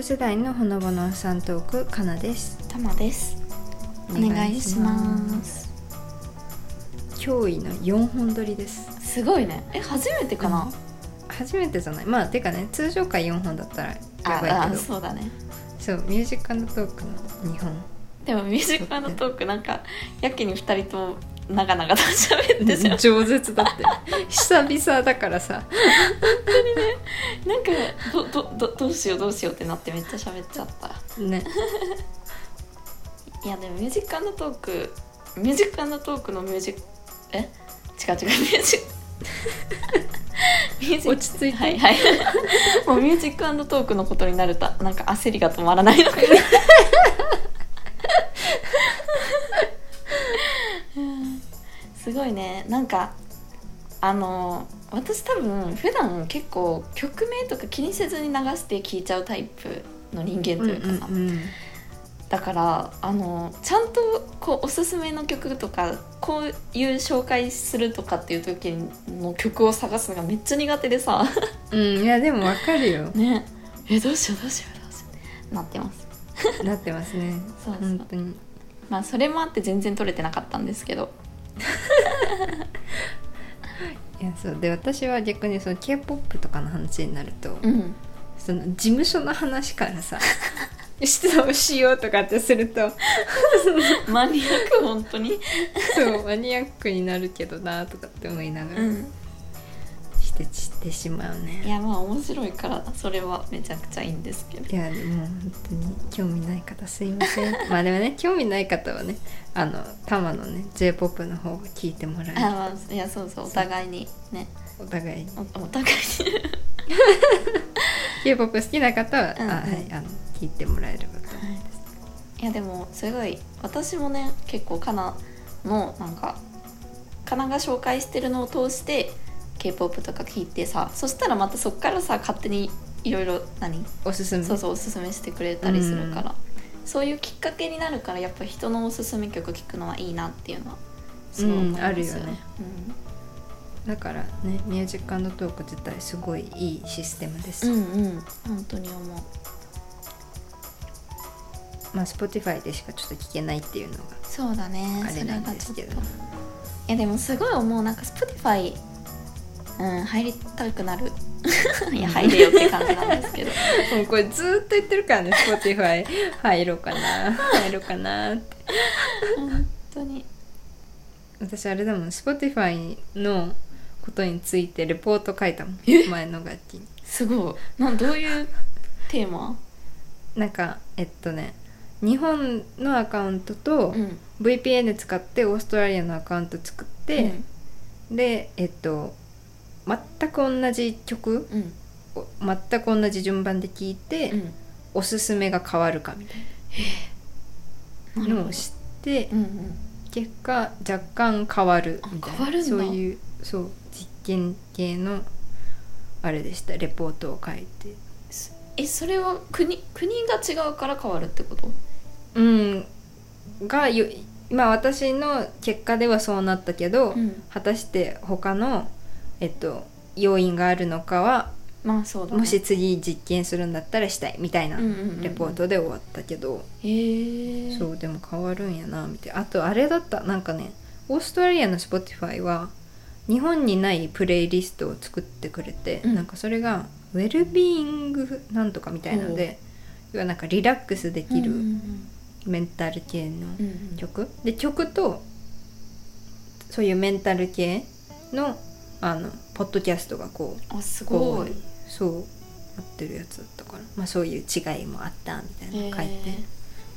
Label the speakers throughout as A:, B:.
A: 世代のほのぼのさんトークかなです
B: たまですお願いします
A: 驚異の4本撮りです
B: すごいねえ初めてかな、
A: 初めてじゃないまあてかね通常回4本だったらやばい
B: あ
A: け
B: あ
A: ど
B: そうだね
A: そうミュージックトークの2本
B: でもミュージックトークなんかやけに二人とも長々と喋ってじゃん
A: 饒舌だって久々だからさ
B: なんかどどどどうしようどうしようってなってめっちゃ喋っちゃった
A: ね
B: いやでもミュージックトークミュージックトークのミュージックえ違う違うミュージ ックミュージック
A: 落ち着いて
B: はい はいもうミュージックトークのことになるとなんか焦りが止まらないのか なうんすごいねなんかあの私多分普段結構曲名とか気にせずに流して聴いちゃうタイプの人間というかさ、
A: うんうん
B: だからあのちゃんとこうおすすめの曲とかこういう紹介するとかっていう時の曲を探すのがめっちゃ苦手でさ
A: うん、うんいやでもわかるよ
B: ねえどうしようどうしようどうしようなってます
A: なってますね
B: そうそう
A: 本当に
B: まあそれもあって全然撮れてなかったんですけど
A: いやそうで私は逆にその k p o p とかの話になると、
B: うん
A: その事務所の話からさ 質問しようとかってすると
B: マニアック本当に
A: そうマニアックになるけどなとかって思いながら、
B: うん
A: してしてしまうね
B: いやまあ面白いからそれはめちゃくちゃいいんですけど
A: いやでも本当に興味ない方すいません まあでもね興味ない方はねあのタマのね j p o p の方を聞いてもらえ
B: あ
A: る
B: まあいやそうそうお互いにね
A: お互いに
B: おお互いに
A: j p o p 好きな方は、
B: うんうん
A: あはいあの聞いてもらえればと思います、
B: いやでもすごい私もね結構かなのなんかかなが紹介してるのを通して k p o p とか聞いてさそしたらまたそっからさ勝手にいろいろ何
A: おすすめ
B: そうそうおすすめしてくれたりするから、そういうきっかけになるからやっぱ人のおすすめ曲聞くのはいいなっていうのはすごい思います
A: うんあるよね、だからねミュージックトーク自体すごいいいシステムです、
B: うん、うんうん本当に思う
A: まあ Spotify でしかちょっと聞けないっていうのが
B: そうだね
A: あれ
B: それ
A: な
B: が
A: んです
B: ち
A: け
B: ょっ
A: ど
B: といやでもすごい思うなんか Spotify、うん、入りたくなるいや入れよって感じなんですけど
A: もうこれずーっと言ってるからね Spotify 入ろうかな入ろうかなって
B: 本当に
A: 私あれだもん Spotify のことについてレポート書いたもん前の楽器に
B: すごいなんどういうテーマ
A: なんかえっとね日本のアカウントと
B: うん
A: VPN 使ってオーストラリアのアカウント作って、でえっと全く同じ曲
B: うんうん
A: を全く同じ順番で聴いて、
B: うん
A: おすすめが変わるかみたい
B: なる
A: な
B: ほ
A: の
B: ど
A: を知って、
B: うんうん
A: 結果若干変わるみたい
B: あ
A: な
B: 変わるんだ
A: そういうそう実験系のあれでしたレポートを書いて
B: えそれは国国が違うから変わるってこと
A: うんがよまあ私の結果ではそうなったけど、
B: うん
A: 果たして他のえっと要因があるのかは
B: まあそうだ、ね、
A: もし次実験するんだったらしたいみたいな
B: うんうんうん
A: レポートで終わったけど、
B: へえ
A: そうでも変わるんやなみたいなあとあれだったなんかねオーストラリアの Spotify は日本にないプレイリストを作ってくれて、
B: うん
A: なんかそれがウェルビーイングなんとかみたいなので、要はなんかリラックスでき
B: うん
A: るメンタル系の
B: うんうん
A: 曲、で曲とそういうメンタル系のあのポッドキャストがこう
B: あす
A: こ
B: ご
A: う
B: い
A: そう合ってるやつだったから、まあ、そういう違いもあったみたいなの書いて、
B: へー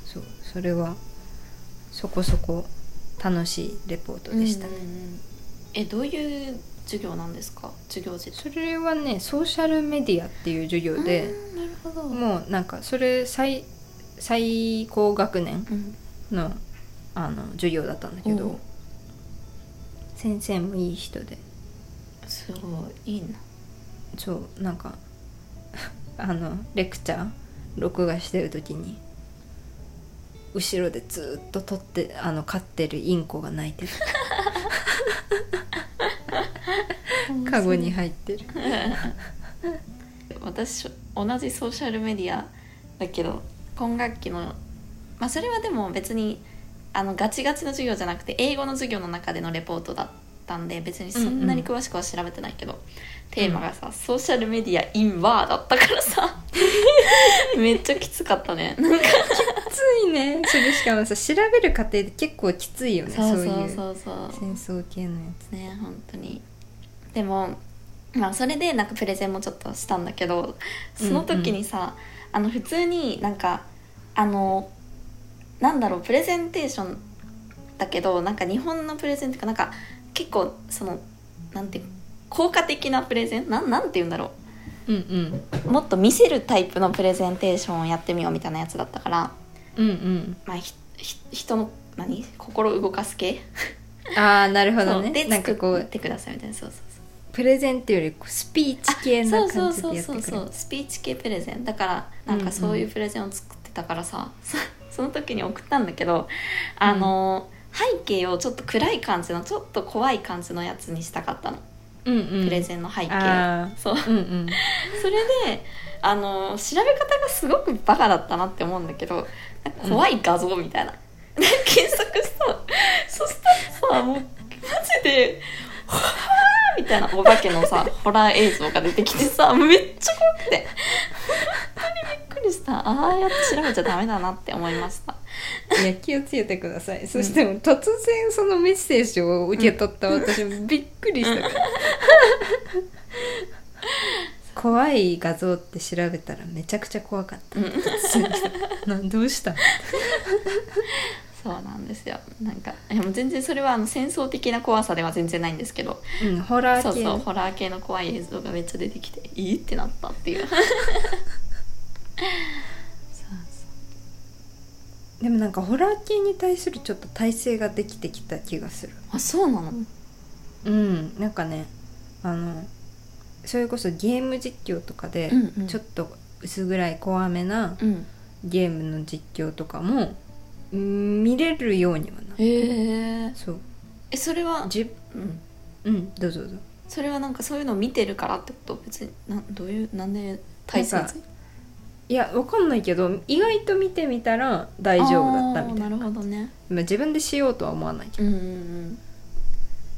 A: そうそれはそこそこ楽しいレポートでしたね、
B: うんうんうんえどういう授業なんですか授業自体
A: それはねソーシャルメディアっていう授業で、
B: うんなるほどう、
A: もうなんかそれ最最高学年
B: ん、
A: のあの授業だったんだけ
B: お
A: ど
B: う
A: 先生もいい人です
B: ごいいいな
A: そうなんか あのレクチャー録画してる時に後ろでずっと撮ってあの飼ってるインコが鳴 いてる カゴに入ってる
B: 私同じソーシャルメディアだけど今学期のまあそれはでも別にあのガチガチの授業じゃなくて英語の授業の中でのレポートだったんで別にそんなに詳しくは調べてないけど、テーマがさ、ソーシャルメディアインワーだったから さめっちゃきつかったねなんか
A: きついねそれしかもさ調べる過程で結構きついよねそう
B: そうそう
A: いう
B: そうそう
A: 戦争系のや
B: ね本当にでもまあそれでなんかプレゼンもちょっとしたんだけどその時にさ、あの普通になんかあのなんだろうプレゼンテーションだけどなんか日本のプレゼンっていうかなんか結構そのなんていう効果的なプレゼンなんなんて言うんだろ
A: つうんうん
B: うもっと見せるタイプのプレゼンテーションをやってみようみたいなやつだったから、
A: うんうん
B: まあ、ひひ人の何心動かす系
A: ああなるほど
B: そう
A: ね
B: で
A: なんかこ
B: 作っ
A: う
B: てくださいみたいなそうそうそう
A: プレゼンっていうよりこうスピーチ系な
B: そ
A: 感
B: う
A: じ
B: そう
A: で
B: そう
A: やって
B: そ
A: くれ
B: うそ
A: る
B: うスピーチ系プレゼンだからなんかそういうプレゼンを作ってたからさ、 そその時に送ったんだけどあの、背景をちょっと暗い感じのちょっと怖い感じのやつにしたかったの、
A: うんうん
B: プレゼンの背景
A: あ
B: そう
A: あうんうん
B: それであの調べ方がすごくバカだったなって思うんだけどなんか怖い画像みたいな、で検索したのそしたらさもうマジで「はあ」みたいなお化けのさホラー映像が出てきてさめっちゃ怖くて本当にびっくりしたああやって調べちゃダメだなって思いました
A: いや気をつけてください、そしても突然そのメッセージを受け取った私、びっくりしたから怖い画像って調べたらめちゃくちゃ怖かった、
B: うん
A: なん どうした
B: そうなんですよなんかいやもう全然それはあの戦争的な怖さでは全然ないんですけど
A: うんホラー系
B: そうそうホラー系の怖い映像がめっちゃ出てきていいってなったっていう
A: でもなんかホラー系に対するちょっと体制ができてきた気がする
B: あそうなの
A: うんなんかねあのそれこそゲーム実況とかで、
B: うんうん
A: ちょっと薄暗い怖めな
B: うん
A: ゲームの実況とかもうん見れるようにはな
B: へえ
A: そう
B: えそれは、
A: じ
B: うん、
A: うんどうぞどうぞ
B: それはなんかそういうのを見てるからってこと別になんどういうなんで大切
A: なんかいやわかんないけど意外と見てみたら大丈夫だったみたいな
B: なるほどね
A: まあ自分でしようとは思わないけど、
B: うんうん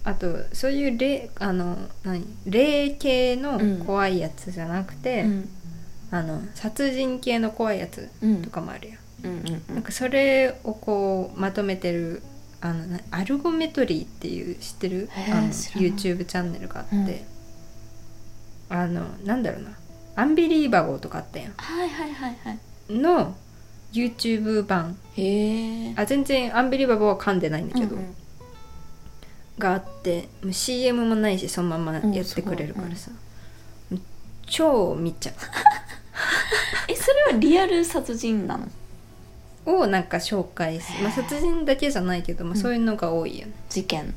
A: あとそういう霊あの何霊系の怖いやつじゃなく
B: う
A: て、
B: んうん
A: あの殺人系の怖いやつ
B: うん
A: とかもあるやん、
B: うんうんう
A: なん
B: ん
A: かそれをこうまとめてるあのなアルゴメトリーっていう知ってる
B: へー
A: あの
B: 知らない
A: YouTube チャンネルがあって、あのなんだろうなアンビリーバゴーとかあったやん
B: はいはいはいはい
A: の YouTube 版
B: へえ
A: あ全然アンビリバボーは噛んでないんだけど、
B: うんうん
A: があってもう CM もないしそのままやってくれるからさ、超見ちゃ
B: えそれはリアル殺人なの
A: うをなんか紹介する、まあ、殺人だけじゃないけど、まあ、そういうのが多いよね
B: 事件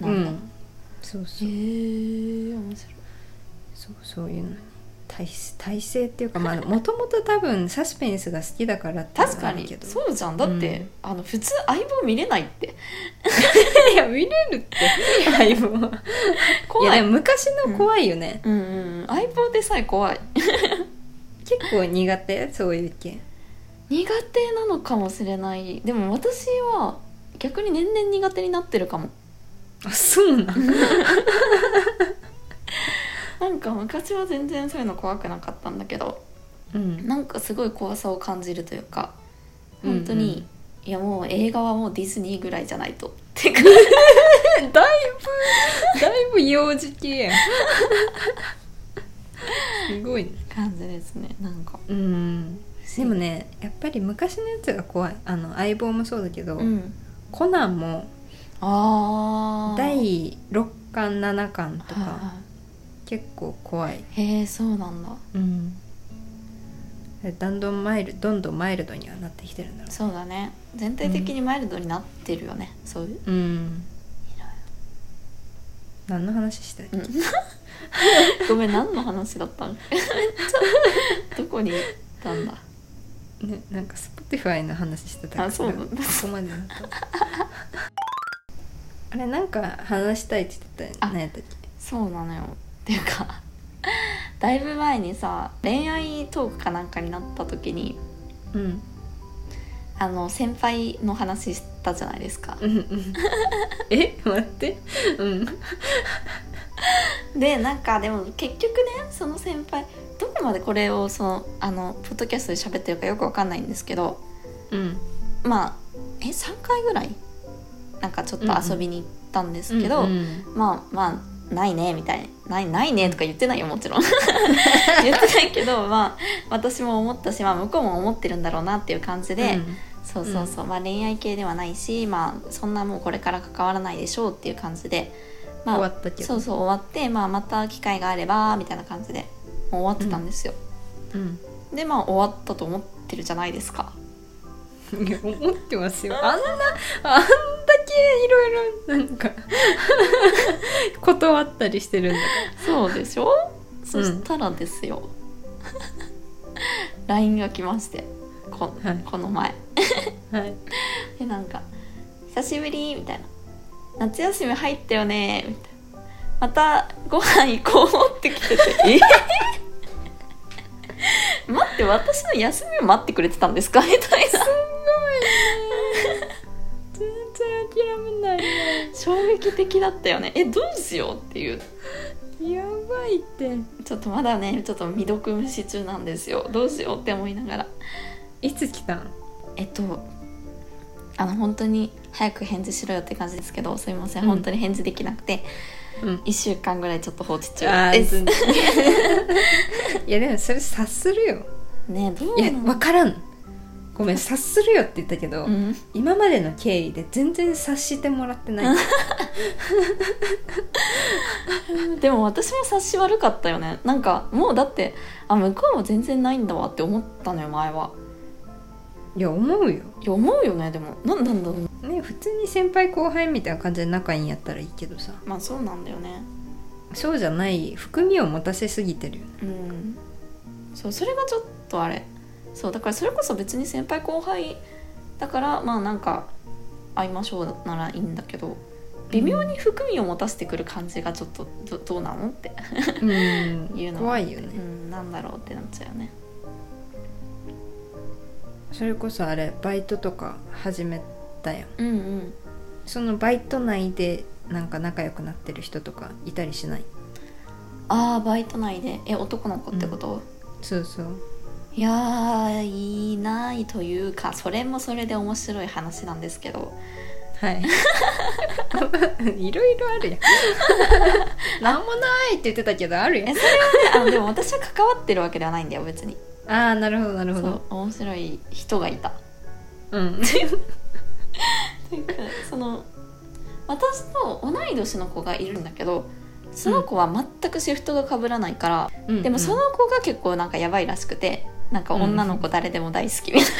A: う、
B: なんだ
A: そうそ
B: へ
A: う
B: え面白い
A: そうそういうのに体体制っていうかまあもともと多分サスペンスが好きだからっていうの
B: 確か
A: はあるけ
B: に
A: ど
B: そうじゃんだって、
A: うん
B: あの普通相棒見れないって
A: いや見れるって相棒は
B: 怖い
A: いやでも昔の怖いよね、
B: うんうんうん相棒でさえ怖い
A: 結構苦手そういう系
B: 苦手なのかもしれないでも私は逆に年々苦手になってるかも
A: あそうなん
B: なんか昔は全然そういうの怖くなかったんだけど
A: うん
B: なんかすごい怖さを感じるというか
A: うんうん
B: 本当に、いやもう映画はもうディズニーぐらいじゃないとってか
A: だいぶだいぶ幼児系やんすごいね
B: 感じですねなんか
A: うんでもねやっぱり昔のやつが怖いあの相棒もそうだけど、
B: うん
A: コナンも
B: ああ
A: 第6巻7巻と
B: はい
A: か
B: は
A: 結構怖い、
B: いへえそうなんだ
A: うん、だんどんマイルどんどんマイルドにはなってきてるんだろ
B: そうだね全体的にマイルドになってるよね、そういう
A: ううん何の話したい、
B: うんごめん何の話だ ったのめっちゃどこに行ったんだ
A: ね、なんか Spotify の話してた
B: あそうなんだ
A: そこまでだったあれなんか話したいって言ってた
B: あ
A: よね何やったっ
B: そうなのよっていうかだいぶ前にさ恋愛トークかなんかになった時に
A: うん
B: あの先輩の話したじゃないですか
A: うんうんえ待ってうん
B: でなんかでも結局ねその先輩どこまでこれをそのあのポッドキャストで喋ってるかよくわかんないんですけど
A: うん
B: まあえ3回ぐらいなんかちょっと遊びに行ったんですけど、
A: うんうん
B: まあまあないねみたいなないないねとか言ってないよもちろん 言ってないけどまあ私も思ったし、まあ、向こうも思ってるんだろうなっていう感じで、そうそうそう、まあ、恋愛系ではないし、まあ、そんなもうこれから関わらないでしょうっていう感じで、まあ、
A: 終わったけど
B: そうそう終わって、まあ、また機会があればみたいな感じでもう終わってたんですよ、
A: うん
B: でまあ終わったと思ってるじゃないですか
A: いや思ってますよあんなあんだけいろいろなんか 断ったりしてるんだ
B: そうでしょ、 そしたらですよ LINE が来ましてこ,、
A: はい
B: この前
A: からはい
B: でなんか「久しぶり」みたいな「夏休み入ったよね」みたいな「またご飯行こう」って来てて「え 待って私の休みを待ってくれてたんですか?」みたいな
A: 全然諦めないね
B: 衝撃的だったよね「えどうしよう」っていう
A: やばいって
B: ちょっとまだねちょっと未読無視中なんですよどうしようって思いながら
A: いつ来たん
B: えっとあの本当に早く返事しろよって感じですけどすいません、
A: うん
B: 本当に返事できなくて
A: うん
B: 1週間ぐらいちょっと放置
A: あー
B: 中です
A: 全然 いやでもそれ察するよ
B: ねどう
A: い
B: な
A: や
B: の
A: 分からんごめん察するよって言ったけど、
B: うん
A: 今までの経緯で全然察してもらってない
B: でも私も察し悪かったよねなんかもうだってあ向こうも全然ないんだわって思ったのよ前はい
A: や思うよ
B: いや思うよねでもなんなんだろう
A: ね普通に先輩後輩みたいな感じで仲いいんやったらいいけどさ
B: まあそうなんだよね
A: そうじゃない含みを持たせすぎてるよね
B: うんそうそれがちょっとあれそうだからそれこそ別に先輩後輩だからまあなんか会いましょうならいいんだけど微妙に含みを持たせてくる感じがちょっとどどうなのって、
A: う
B: 言う
A: ん
B: のは
A: 怖いよ
B: う
A: ね
B: ん、なんだろうってなっちゃうよね
A: それこそあれバイトとか始めたやん
B: うんうん
A: そのバイト内でなんか仲良くなってる人とかいたりしない
B: ああバイト内でえ男の子ってこと、
A: そうそう
B: いやーいないというかそれもそれで面白い話なんですけど
A: はい いろいろあるやん なんもないって言ってたけどあるやん
B: えそれはねあのでも私は関わってるわけではないんだよ別に
A: ああなるほどなる
B: そ
A: ほ
B: う
A: ど
B: 面白い人がいた
A: うん
B: というかその私と同い年の子がいるんだけどその子は全くシフトが被らないから、
A: うん
B: でもその子が結構なんかやばいらしくてなんか女の子誰でも大好きみたい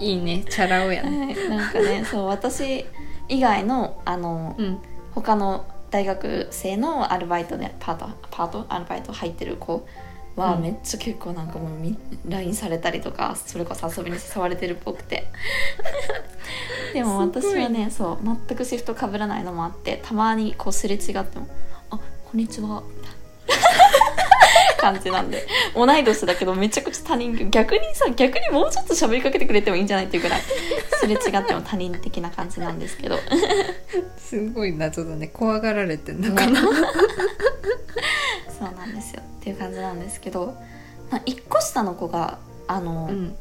A: いいねチャラ男や
B: な,、
A: ね
B: なんかねそう私以外のあの、
A: うん
B: 他の大学生のアルバイトでパートパートアルバイト入ってる子は
A: うん
B: めっちゃ結構なんかもうみ LINE されたりとかそれこそ遊びに誘われてるっぽく てでも
A: すご
B: 私
A: い
B: はねそう全くシフトかぶらないのもあってたまにこうすれ違っても「あこんに ちは」みたいな感じなんで同い年だけどめちゃくちゃ他人逆にさ逆にもうちょっと喋りかけてくれてもいいんじゃないっていうぐらいすれ違っても他人的な感じなんですけど
A: すごい謎だね怖がられてんのかな、
B: そうなんですよっていう感じなんですけど、まあ、1個下の子があの、
A: うん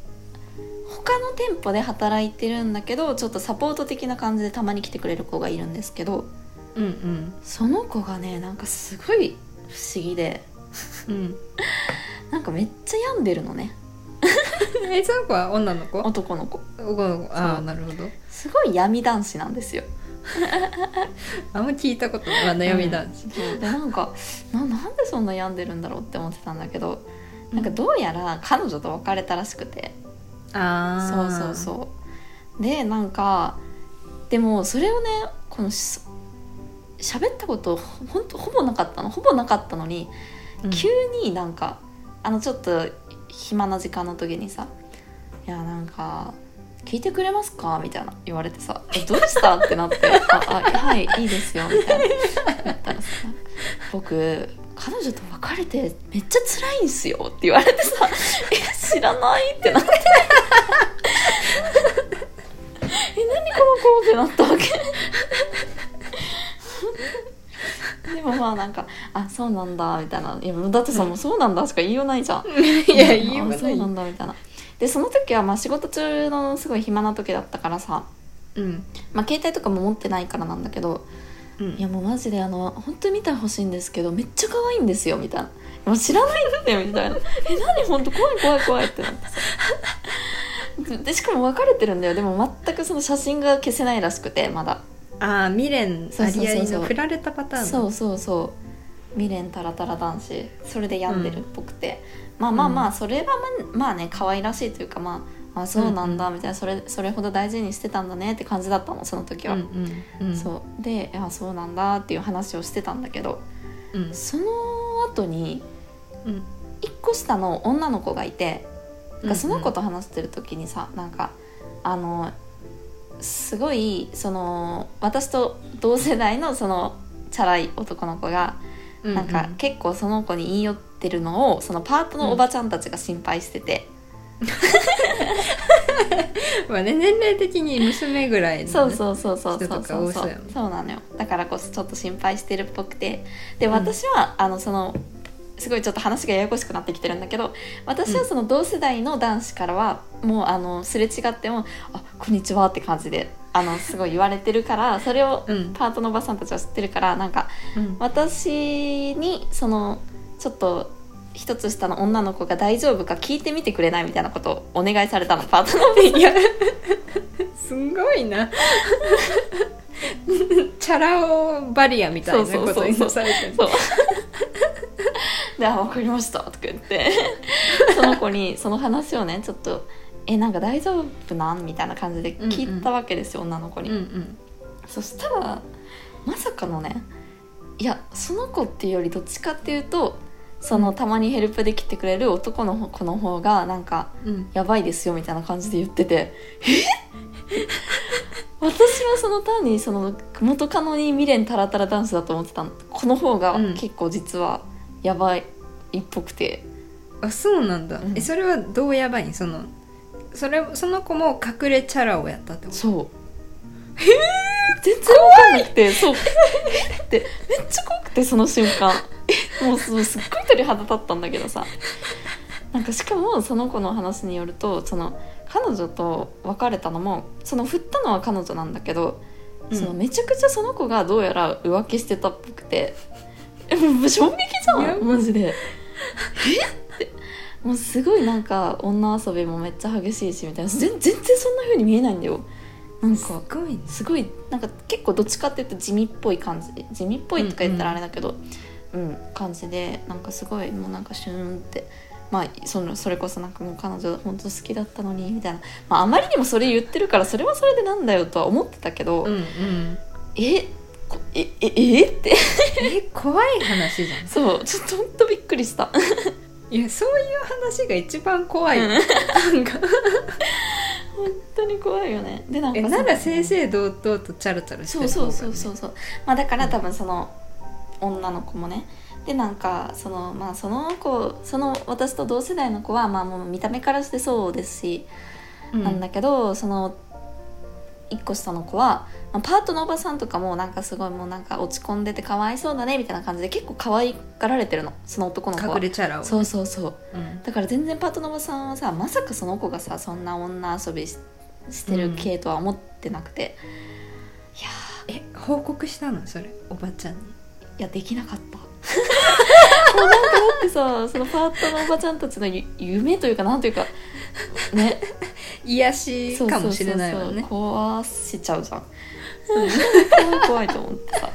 B: 他の店舗で働いてるんだけどちょっとサポート的な感じでたまに来てくれる子がいるんですけど
A: うんうん
B: その子がねなんかすごい不思議で
A: うん
B: なんかめっちゃ病んでるのね
A: えその子は女の子
B: 男の子
A: 男の子あ
B: そ
A: あ
B: う
A: なるほど
B: すごい闇男子なんですよ
A: あんま聞いたことないまあ悩み男子、
B: そうでなんかななんでそんな病んでるんだろうって思ってたんだけどなんかどうやら彼女と別れたらしくて
A: あ
B: そ
A: あ
B: うそうそうでなんかでもそれをねこのし喋ったことほほんとほぼなかったのほぼなかったのに、
A: うん
B: 急になんかあのちょっと暇な時間の時にさ「いやなんか聞いてくれますか?」みたいな言われてさ「えどうした?」ってなって「ああはいいいですよ」みたいな言ったらさ「僕彼女と別れてめっちゃ辛いんすよ」って言われて さ「え知らない?」ってな って「え何この子?」ってなったわけ でもまあなんか「あそうなんだ」みたいな「いやだってさもうそうなんだ」しか言いようないじゃん
A: いや言いようが
B: あそ
A: な
B: う
A: い
B: なんだみたいなでその時はまあ仕事中のすごい暇な時だったからさ、
A: うん
B: まあ、携帯とかも持ってないからなんだけど
A: うん
B: いやもうマジであの本当に見てほしいんですけどめっちゃ可愛いんですよみたいなもう知らないんだよみたいなえ何本当怖い怖い怖いってなってさでしかも別れてるんだよでも全くその写真が消せないらしくてまだ
A: ああ未練
B: そう
A: あ
B: そうそうそう
A: りありの振られたパターン
B: そうそうそう未練たらたら男子それで病んでるっぽくて、まあまあまあそれはまあまあね可愛らしいというかまああそうなんだみたいな、それそれほど大事にしてたんだねって感じだったのその時
A: う
B: は、
A: んうんうん
B: そうであそうなんだっていう話をしてたんだけど
A: うん
B: その後に
A: うん
B: 1個下の女の子がいて
A: う
B: なん
A: ん
B: かその子と話してる時にさなんかあのすごいその私と同世代のそのチャラい男の子が
A: う
B: なんか結構その子に言い寄ってるのをそのパートのおばちゃんたちが心配してて、
A: まあね年齢的に娘ぐらいのね
B: そうそうそうそうそう
A: 人とか
B: そう
A: 多
B: そ
A: そう
B: う
A: やもん
B: なのよだからこそちょっと心配してるっぽくてで
A: うん
B: 私は、あのそのすごいちょっと話がややこしくなってきてるんだけど私はその同世代の男子からはもうあのすれ違っても「あこんにちは」って感じであのすごい言われてる からそれを
A: うん
B: パートのおばさんたちは知ってるからなんか
A: うん
B: 私にそのちょっと一つ下の女の子が大丈夫か聞いてみてくれないみたいなことをお願いされたのパートナーに
A: すんごいなチャラ男バリアみたいな
B: そうそう
A: こ
B: そうそ
A: と
B: う
A: にされてる
B: そうで「あ分かりました」とか言 ってその子にその話をねちょっと「えなんか大丈夫なん?」みたいな感じで聞いたわけですよ、女の子に、
A: うんうん
B: そしたらまさかのねいやその子っていうよりどっちかっていうとそのたまにヘルプで来てくれる男の子の方がなんか
A: うん
B: やばいですよみたいな感じで言っててえ 私はその単にその元カノに未練タラタラダンスだと思ってたのこの方が
A: うん
B: 結構実はやばいっぽくて、
A: あそうなんだ、
B: うん
A: えそれはどうやばいんそのそれその子も隠れチャラをやったってこと
B: そう全然わかんなくてそうえってめっちゃ怖くてその瞬間えもうそうすっごい鳥肌立ったんだけどさなんかしかもその子の話によるとその彼女と別れたのもその振ったのは彼女なんだけど、
A: うん
B: そのめちゃくちゃその子がどうやら浮気してたっぽくてえもう衝撃じゃ
A: やば
B: んマジでえってもうすごいなんか女遊びもめっちゃ激しいしみたいな全全然そんな風に見えないんだよなん
A: す
B: か
A: ごいね
B: すごいなんか結構どっちかっていうと地味っぽい感じ地味っぽいとか言ったらあれだけどうん、感じでなんかすごいもうなんかシューンってまあそのそれこそなんかもう彼女本当好きだったのにみたいな、まあ、あまりにもそれ言ってるからそれはそれでなんだよとは思ってたけど、
A: うんうん
B: えこえええって
A: え怖い話じゃん
B: そうちょっと本当びっくりした
A: いやそういう話が一番 怖いよなんか
B: 本当に怖いよねでなんか
A: え
B: さ
A: なら正々堂々とチャラチャラして
B: そう
A: る方
B: そ
A: が、
B: う
A: ね、
B: そうそううそう、まあ、だから
A: うん
B: 多分その女の子もねでなんかそのまあその子その私と同世代の子はまあもう見た目からしてそうですし、
A: う
B: なんだけどその一個下の子は、まあ、パートのおばさんとかもなんかすごいもうなんか落ち込んでてかわいそうだねみたいな感じで結構可愛がられてるのその男の子は
A: 隠れチャラを
B: そうそうそう
A: うん
B: だから全然パートのおばさんはさまさかその子がさそんな女遊びししてる系とは思ってなくて、いやー
A: え報告したのそれおばちゃんに
B: いやできなかった もうなんかだってさそのパートのおばちゃんたちのゆ夢というかなんというかね
A: 癒し
B: そう
A: かもしれないわ
B: そうそう
A: ね
B: そう壊しちゃ うじゃん怖い怖いと思ってさ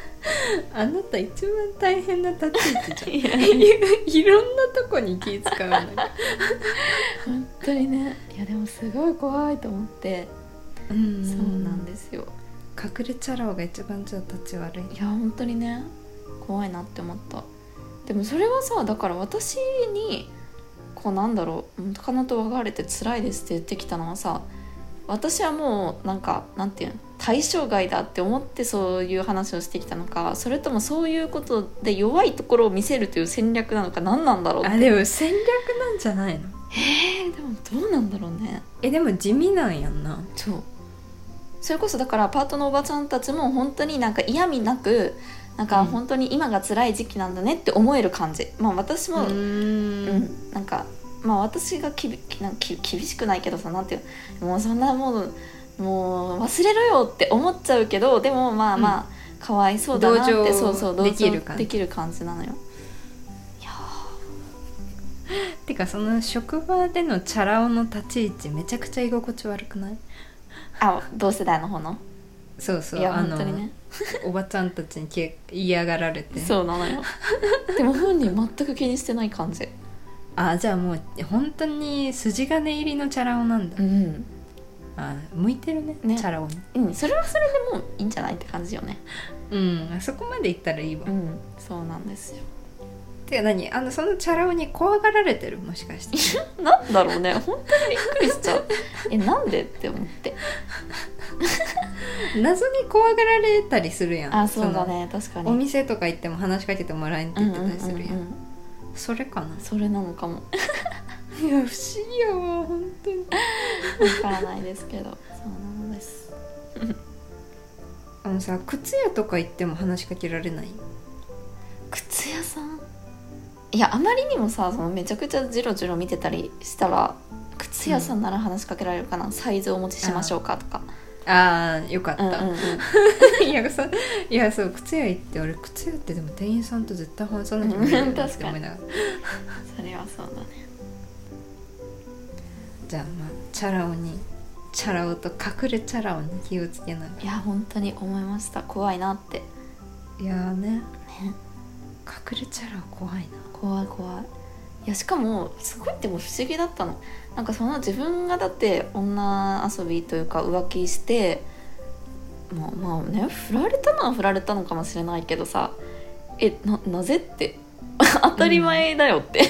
A: あなた一番大変な立ち位置じ
B: いや
A: ゃん いろんなとこに気使うのに
B: 本当にねいやでもすごい怖いと思って
A: うん
B: そうなんですよ
A: 隠れチャラ男が一番ちょっと立ち悪い
B: いや本当にね怖いなって思ったでもそれはさだから私にこうなんだろう元カノと別れて辛いですって言ってきたのはさ私はもうなんかなんていうの対象外だって思ってそういう話をしてきたのかそれともそういうことで弱いところを見せるという戦略なのか何なんだろうって
A: あでも戦略なんじゃないの
B: えーでもどうなんだろうね
A: えでも地味なんやんな
B: そうそれこそだからパートのおばちゃんたちも本当になんか嫌味なくなんか
A: うん
B: 本当に今が辛い時期なんだねって思える感じ、まあ私も、
A: ん
B: うん、なんかまあ私がきびきなんかき厳しくないけどさなんていうもうそんなもうもう忘れろよって思っちゃうけどでもまあまあ、かわいそうだなって
A: 同情
B: そうそう同情
A: できる感じ
B: できる感じなのよいや
A: てかその職場でのチャラ男の立ち位置めちゃくちゃ居心地悪くない
B: ーあ同世代の方の
A: そうそう
B: いや
A: あ
B: 本
A: の
B: 当にね
A: おばちゃんたちにけ嫌がられて
B: そうな のよでも本人全く気にしてない感じ
A: あじゃあもう本当に筋金入りのチャラ男なんだ、
B: うん
A: あ向いてるね
B: ね
A: チャラ男に
B: うん、それはそれでもういいんじゃないって感じよね。
A: うんあそこまでいったらいいわ、
B: ん、そうなんですよ。
A: てか何あのそのチャラ男に怖がられてるもしか して
B: なんだろうね、本当にびっくりしちゃう。 え、なんでって思って。
A: 謎に怖がられたりするやん
B: あ、そうだね、確か
A: そ
B: に。
A: のお店とか行っても話しかけてもらえんって
B: うん
A: 言
B: う
A: っ
B: ん
A: て
B: う
A: たり
B: ん
A: するやん,、
B: うん、
A: それかな
B: それなのかも。
A: いや不思議やわ本当に
B: わからないですけど、そうなのです。
A: あのさ靴屋とか行っても話しかけられない
B: 靴屋さん。いや、あまりにもさ、そのめちゃくちゃジロジロ見てたりしたら。靴屋さんなら話しかけられるかな、サイズをお持ちしましょうかとか。
A: あーよかっ
B: うんうん
A: た、
B: う ん。
A: いやそういやそう靴屋行って俺靴屋ってでも店員さんと絶対話さなきゃい
B: うん
A: なっ
B: 確
A: て
B: かに
A: 思いながら
B: それはそうだね。
A: じゃあまあチャラ男にチャラ男と隠れチャラ男に気をつけなが
B: いや、本当に思いました。怖いなって。
A: らいやーね隠れチャラ男怖いな
B: 怖い怖いいやしかもすごいでも不思議だったのなんかそんな自分がだって女遊びというか浮気してまあまあね振られたのは振られたのかもしれないけどさえななぜって 当たり前だよって、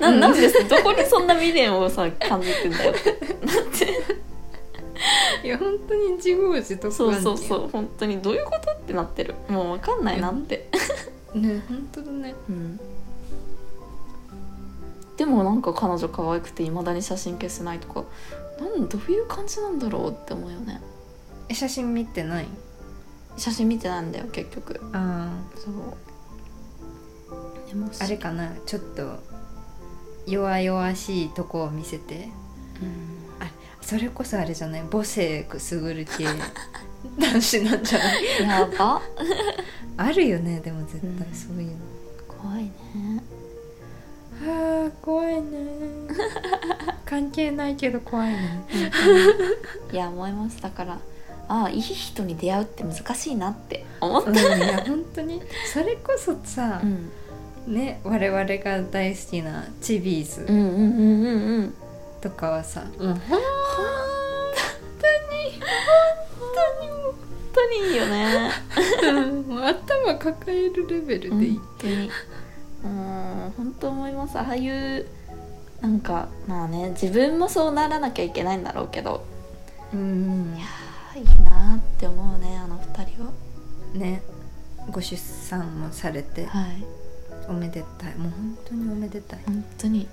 A: うん
B: ななんでどこにそんな未練をさ感じてんだよって
A: いや本当に自業自得
B: そうそう
A: う
B: そう本当にどういうことってなってるもうわかんないなって
A: ね本当だね
B: うんでもなんか彼女可愛くていまだに写真消せないとかなんどういう感じなんだろうって思うよね
A: え写真見てない
B: 写真見てないんだよ結局
A: あ
B: そうでも
A: ーあれ、かなちょっと弱々しいとこを見せて
B: うん、
A: それこそあれじゃない母性くすぐる 系男子なんじゃない
B: やば
A: あるよねでも絶対
B: うん
A: そういう
B: 怖いね
A: の、ああ怖いね関係ないけど怖いね
B: いや思いますだからああいい人に出会うって難しいなって思っ
A: うんいや本当にそれこそさ
B: た、、ん、
A: ね我々が大好きなチビーズ
B: うんうんうんうんうん
A: とかはさ、もうほん
B: 本当にいいよね
A: もう頭抱えるレベルでいい、
B: 本当にうん本当思いますああいうなんかまあね自分もそうならなきゃいけないんだろうけど
A: うん
B: いやーいいなーって思うねあの二人は
A: ねご出産もされて
B: はい
A: おめでたいもう本当におめでたい
B: 本当に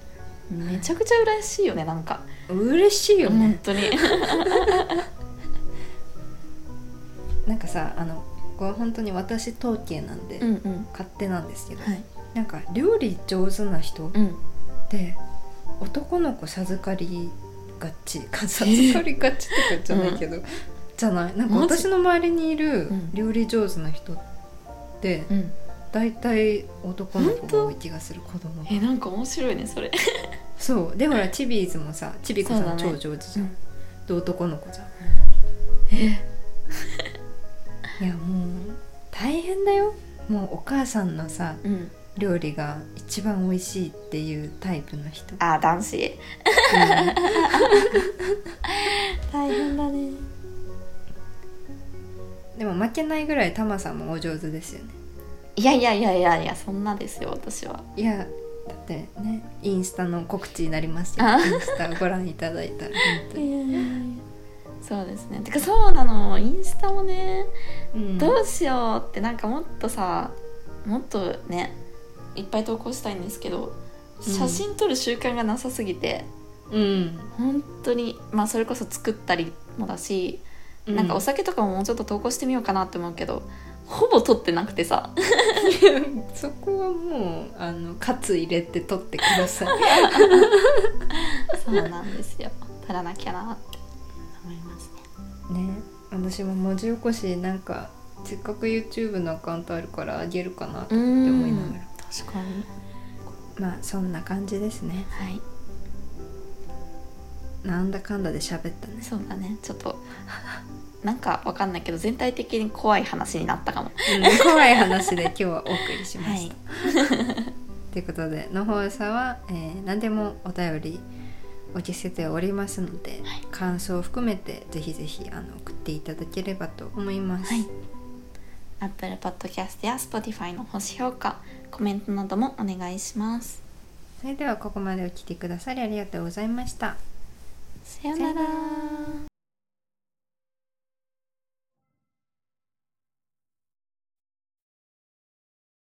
B: めちゃくちゃ嬉しいよねなんか
A: 嬉しいよね、
B: 本当に
A: なんかさあのこれ本当に私統計なんで、
B: うんうん
A: 勝手なんですけど、
B: はい
A: なんか料理上手な人っ
B: うん
A: て男の子授かりが ちか授かりがちとかじゃないけど、じゃないなんか
B: マジ
A: 私の周りにいる
B: うん
A: 料理上手な人って
B: うん
A: 大体男の子が多い気がする子供が
B: えなんか面白いねそれ
A: そうでほらチビーズもさちびこさん
B: そ
A: 超
B: うだね
A: 上手じゃん、で男の子じゃん
B: え
A: いやもう大変だよもうお母さんのさ
B: うん
A: 料理が一番美味しいっていうタイプの 人
B: あー男子大変だね
A: でも負けないぐらいタマさんもお上手ですよね
B: いやいやいやいやいやそんなですよ私はい
A: やだってねインスタの告知になりますよ
B: あ
A: インスタご覧いただいたら本当に
B: そうですねてかそうなのインスタもね
A: うん
B: どうしようってなんかもっとさもっとねいっぱい投稿したいんですけど
A: うん
B: 写真撮る習慣がなさすぎて、
A: うん、
B: 本当にまあそれこそ作ったりもだし、なんかお酒とかももうちょっと投稿してみようかなって思うけどほぼ撮ってなくてさ
A: そこはもうあのカツ入れて取ってください
B: そうなんです よ撮らなきゃなって思いますね
A: ね私も文字起こしなんかせっかく YouTube のアカウントあるからあげるかなって
B: う
A: 思いながら
B: 確かに
A: まあそんな感じですね
B: はい
A: なんだかんだで喋った ね
B: そうだねちょっとなんかわかんないけど全体的に怖い話になったかも
A: うん怖い話で今日はお送りしまし
B: は
A: た。 ということで「のほうさは」えー何でもお便り受け付けておりますので、
B: はい
A: 感想を含めてぜひぜひあの送っていただければと思います。
B: はい。Apple Podcast や Spotify の星評価、コメントなどもお願いします。
A: それではここまでお聴きくださりありがとうございました。
B: さようなら。